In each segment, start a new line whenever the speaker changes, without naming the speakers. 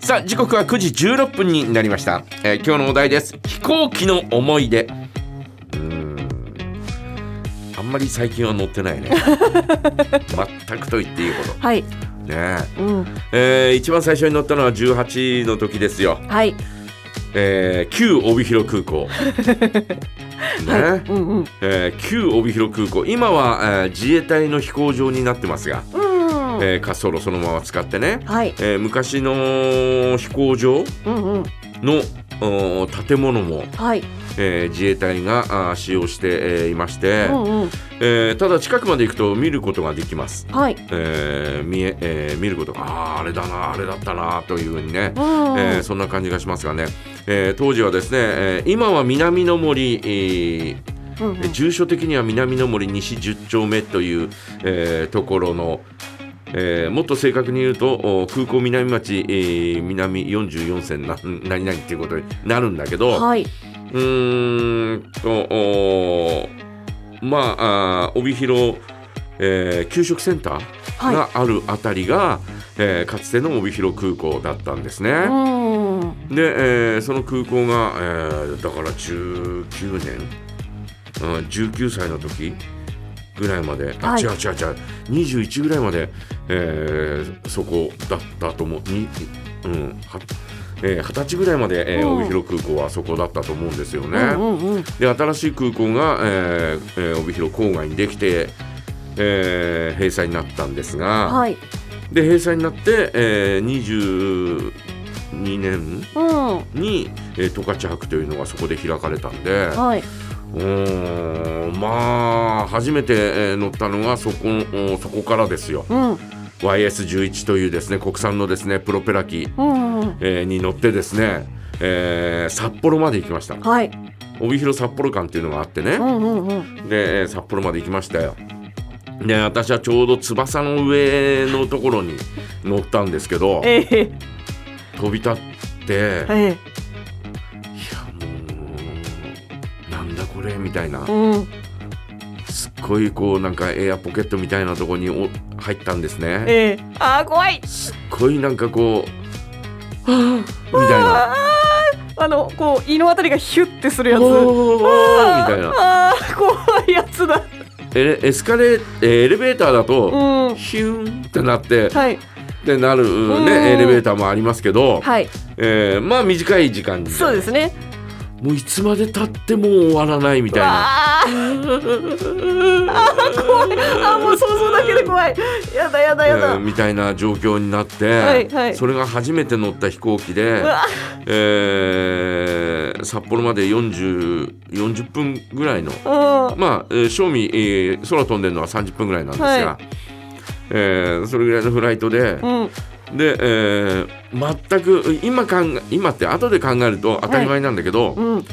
さあ時刻は9時16分になりました、えー今日のお題です飛行機の思い出うーんあんまり最近は乗ってない ね全くと言っていいほど
はい、
ね
うん、
ええー一番最初に乗ったのは18の時ですよ、
はい、
えー旧帯広空港 ね、
うんうん、
えー旧帯広空港今は、えー自衛隊の飛行場になってますが、
うん、
えー滑走路そのまま使ってね、
はい、
えー昔の飛行場
うんうん、
のお建物も、
はい、
えー自衛隊があー使用して、えーいまして、
うんうん、
えーただ近くまで行くと見ることができます。
はい、
えー見ええー見ることがあああれだなあれだったなというふうにね、
う
え
ん、
ーそんな感じがしますがね、えー当時はですね、えー今は南の森、えー
うんうん、
住所的には南の森西10丁目という、えーところの、えーもっと正確に言うとお空港南町、えー南44線な何々っていうことになるんだけど、
はい、
うーんとおーまああー帯広、えー給食センターがあるあたりが、えーかつての帯広空港だったんですね。
うん、うん
で、えーその空港が、えーだから19年、うん、19歳の時ぐらいまで、あ
はい
違う違う違う21ぐらいまで、えーそこだったと思うに、うんはえー、20歳ぐらいまで、えー
うん
帯広空港はそこだったと思うんですよね。
うんうん、
で新しい空港が、えーえー帯広郊外にできて、えー閉鎖になったんですが、
はい、
で閉鎖になって、えー、22年
うん、
に、えー、十勝博というのがそこで開かれたんで
はい、
うーんまあ初めて、えー乗ったのがそこうんそこからですよ
うん、うん
YS11 というですね国産のですねプロペラ機、
うんうん、
えーに乗ってですね、えー札幌まで行きました
はい、
帯広札幌間っていうのがあってね
うんうんうん、
でえー札幌まで行きましたよで私はちょうど翼の上のところに乗ったんですけど
ええ、
飛び立って
ええ、
いやもうなんだこれみたいな
うん、
すっごいこうなんかエアポケットみたいなとこにお入ったんですね
ええ、あー怖い。
すっごいなんかこうはぁみたいな
あーあのこう胃のあたりがヒュってするやつ。
おーみたいな
あー怖いやつだ。
エレエスカレえーエレベーターだと
うん。
ヒューンってなって
はい
ってなる
ん
ねエレベーターもありますけど
はい。
えーまあ短い時間に
そうですね。
もういつまでたっても終わらないみたいな
あー怖い。あーもう想像だけで怖い。やだやだやだ。
えーみたいな状況になって、
はいはい
それが初めて乗った飛行機で
う、わ
えー札幌まで 40, 40分ぐらいの、
うん
まあ、えー正味、えー空飛んでるのは30分ぐらいなんですが、
は
えーそれぐらいのフライトで、
うん
で、えー全く今考え今って後で考えると当たり前なんだけど、
うん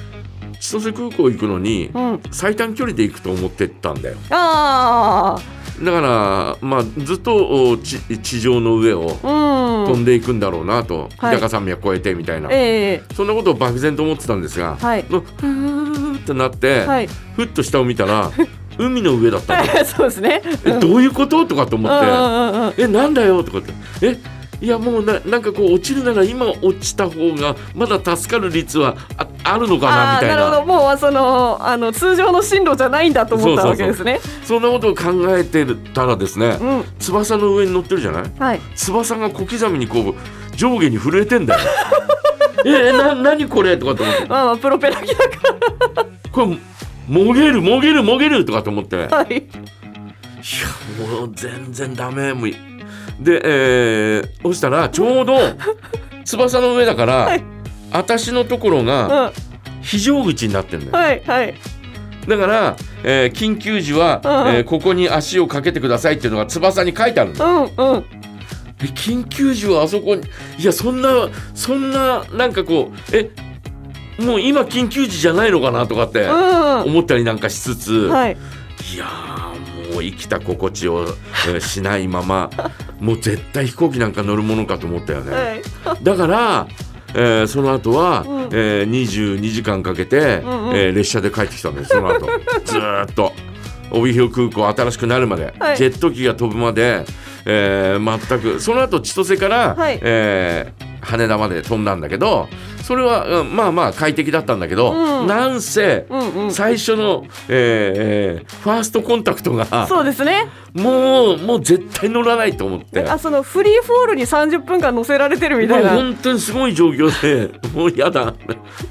千歳空港行くのに
うん。
最短距離で行くと思ってったんだよ。
あ
だから、まあ、ずっとお地地上の上を
あ。う
飛
ん。
んでいくんだろうなと、
はい
日高山脈越えてみたいな、
ええ
そんなことを漠然と思ってたんですが、
はい
のふーってなって、
はい。
ふっと下を見た ら海の上だったの。
そうですね。
えどういうこととかと思
うんう
っ
んうんうん。
て「えなんだよ」とかって「えいやもうななんかこう落ちるなら今落ちた方がまだ助かる率はああるのかな」み
ああ
たい
なるほ
な
どもうそのあの通常の進路じゃないんだと思ったわけですね。
そんなことを考えてたらですね
うん
翼の上に乗ってるじゃない
はい。
翼が小刻みにこう上下に震えて んだよ。えな何これとかと思って
まあまあプロペラ機だか
これもげるもげるもげるとかと思っていや
らはい。
もう全然ダメもういで、えー、そしたらちょ うど翼の上だから、
はい
私のところ
う
が
ん
非常口になってんだよ、
はいはい。
だから、えー緊急時は、
うんうん
えーここに足をかけてくださいっていうのが翼に書いてあるんだ
うんうん。
え緊急時はあそこにいやそんなそんななんかこうえもう今緊急時じゃないのかなとかって
うん。
思ったりなんかしつつ、
はい。
い、やーもう生きた心地をえーしないま まもう絶対飛行機なんか乗るものかと思ったよね、
はい。
だから、えーその後は、
うん
えー22時間かけて、
うんうん
えー列車で帰ってきたんですその 後ずーっと帯広空港新しくなるまで、
はい
ジェット機が飛ぶまで、えー全くその後千歳から、
はい
えー羽田まで飛んだんだけどそれは、うんまあまあ快適だったんだけど、
うん
なんせ
うんうん。
最初の、えーえーファーストコンタクトが
そうですね。
もうもう絶対乗らないと思って。
あ、そのフリーフォールに三十分間乗せられてるみた
も
い
う
な。
本当にすごい状況で もう嫌だも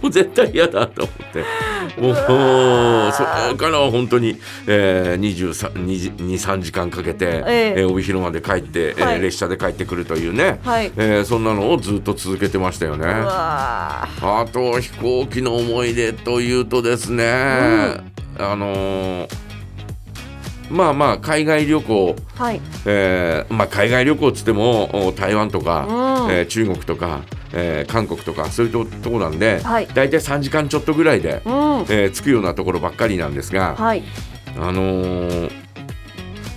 う絶対嫌だと思ってもうそこからは本当に、えー、23 23時間かけて、
ええ
えー帯広まで帰って、えー
はい
列車で帰ってくるというね、
はい
えーそんなのをずっと続けてましたよね。
うわ
あと飛行機の思い出というとですね、あのーまあまあ海外旅行
ーはい。
えーまあ、海外旅行っつってもお台湾とか、
うん
えー中国とか、えー韓国とかそういうととこなんで、
はい
大体3時間ちょっとぐらいで、
うん。
えー着くようなところばっかりなんですが、
はい。
あのー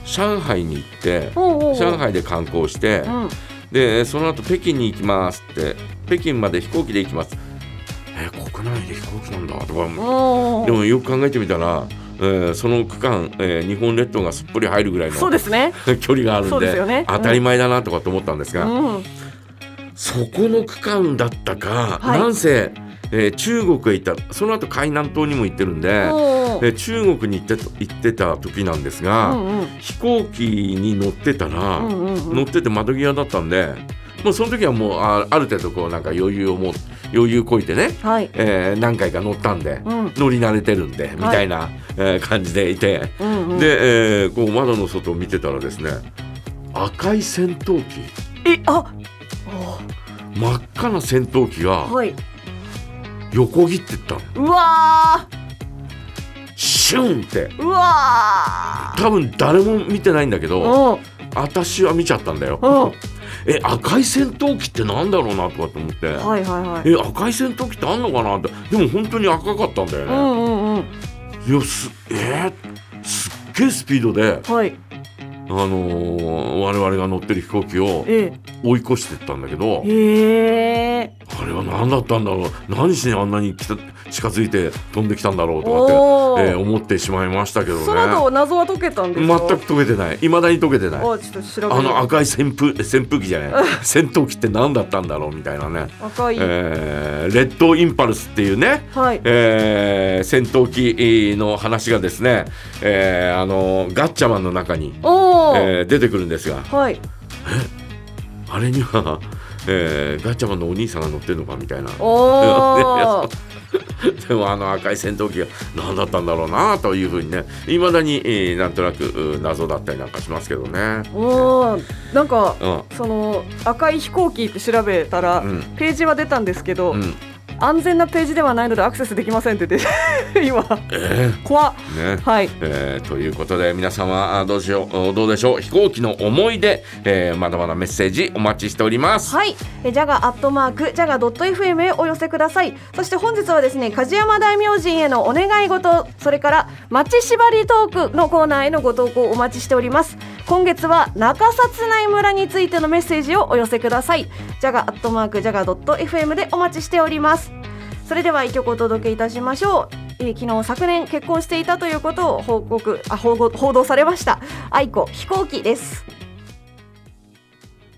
上海に行って
おうおうおう
上。海で観光して、
うん。
でその後北京に行きますって北京まで飛行機で行きます。えー国内で飛行機なんだとか
お
で
ー
もよく考えてみたら、えーその区間、えー日本列島がすっぽり入るぐらいの
そうですね。
距離がある
そ
ん
うで
です
よねうん
当たり前だなとかと思ったんです
う
が、
ん。
そこの区間だったか、
はい
なんせ、えー中国へ行ったその後海南島にも行ってるんで、
お
え
ー
ー中国に行ってた行ってた時なんです
う
が、
んうん。
飛行機に乗ってたら、
うんうんうん
乗ってて窓際だったんでもうその時はもうあある程度こうなんか余裕をもう余裕こいてね、
はい。
えー何回か乗ったんで、
うん
乗り慣れてるんでみたいな、えー感じでいて。
うんうん。
で、えーこう窓の外を見てたらですね赤い戦闘機
え、あ、
真っ赤な戦闘機が
はい。
横切ってったの
うわ
シュンって
ー。うわ
多分誰も見てないんだけ
ー。
ど
うん。
私は見ちゃったんだ
う
よ
ん。
え赤い戦闘機ってなんだろうなとかと思って、
はいはいはい。
え赤い戦闘機ってあんのかなってでも本当に赤かったんだ
う
よね、
んうんうん。
いやすえーすっげえスピードで、
はい。
あのー我々が乗ってる飛行機を
え
追い越してったんだけど
え。へえ。
あれは何だったんだろう何しにあんなに来た近づいて飛んできたんだろうとか
お
って、えー
ー。
思ってしまいましたけどね
その後謎は解けたんで
全
す
く
か。
溶けてない未だに溶けてない
あ、ちょっと調べ
あの
て。
赤い扇風扇風機じゃない戦闘機って何だったんだろうみたいなね、
赤い。
えーレッドインパルスっていうね
はい。
えー戦闘機の話がですね、えーあのガッチャマンの中に、
おー。
えー出てくるんですが
はい。
あれには、えーガッチャマンのお兄さんが乗ってるのかみたいな
おー。
でもあの赤い戦闘機が何だったんだろうなというふうにねいまだに、えーなんとなくう謎だったりなんかしますけどね。
おお。なんか。
うん
その赤い飛行機って調べたら、
うん
ページは出たんですけど、
うん、
安全なページではないのでアクセスできませんって出て 今
え
怖っ
ーね
はい
えーということで皆様あどうしようどうでしょう飛行機の思い出、えーまだまだメッセージお待ちしております。
はい、えジャガアットマークジャガドット FM へお寄せください。そして本日はですね、梶山大明神へのお願い事、それから町縛りトークのコーナーへのご投稿をお待ちしております。今月は中札内村についてのメッセージをお寄せください。ジャガアットマークジャガドット FM でお待ちしております。それでは一曲お届けいたしましょう。えー昨日昨年結婚していたということを報告あ報告報道されました。愛子飛行機です。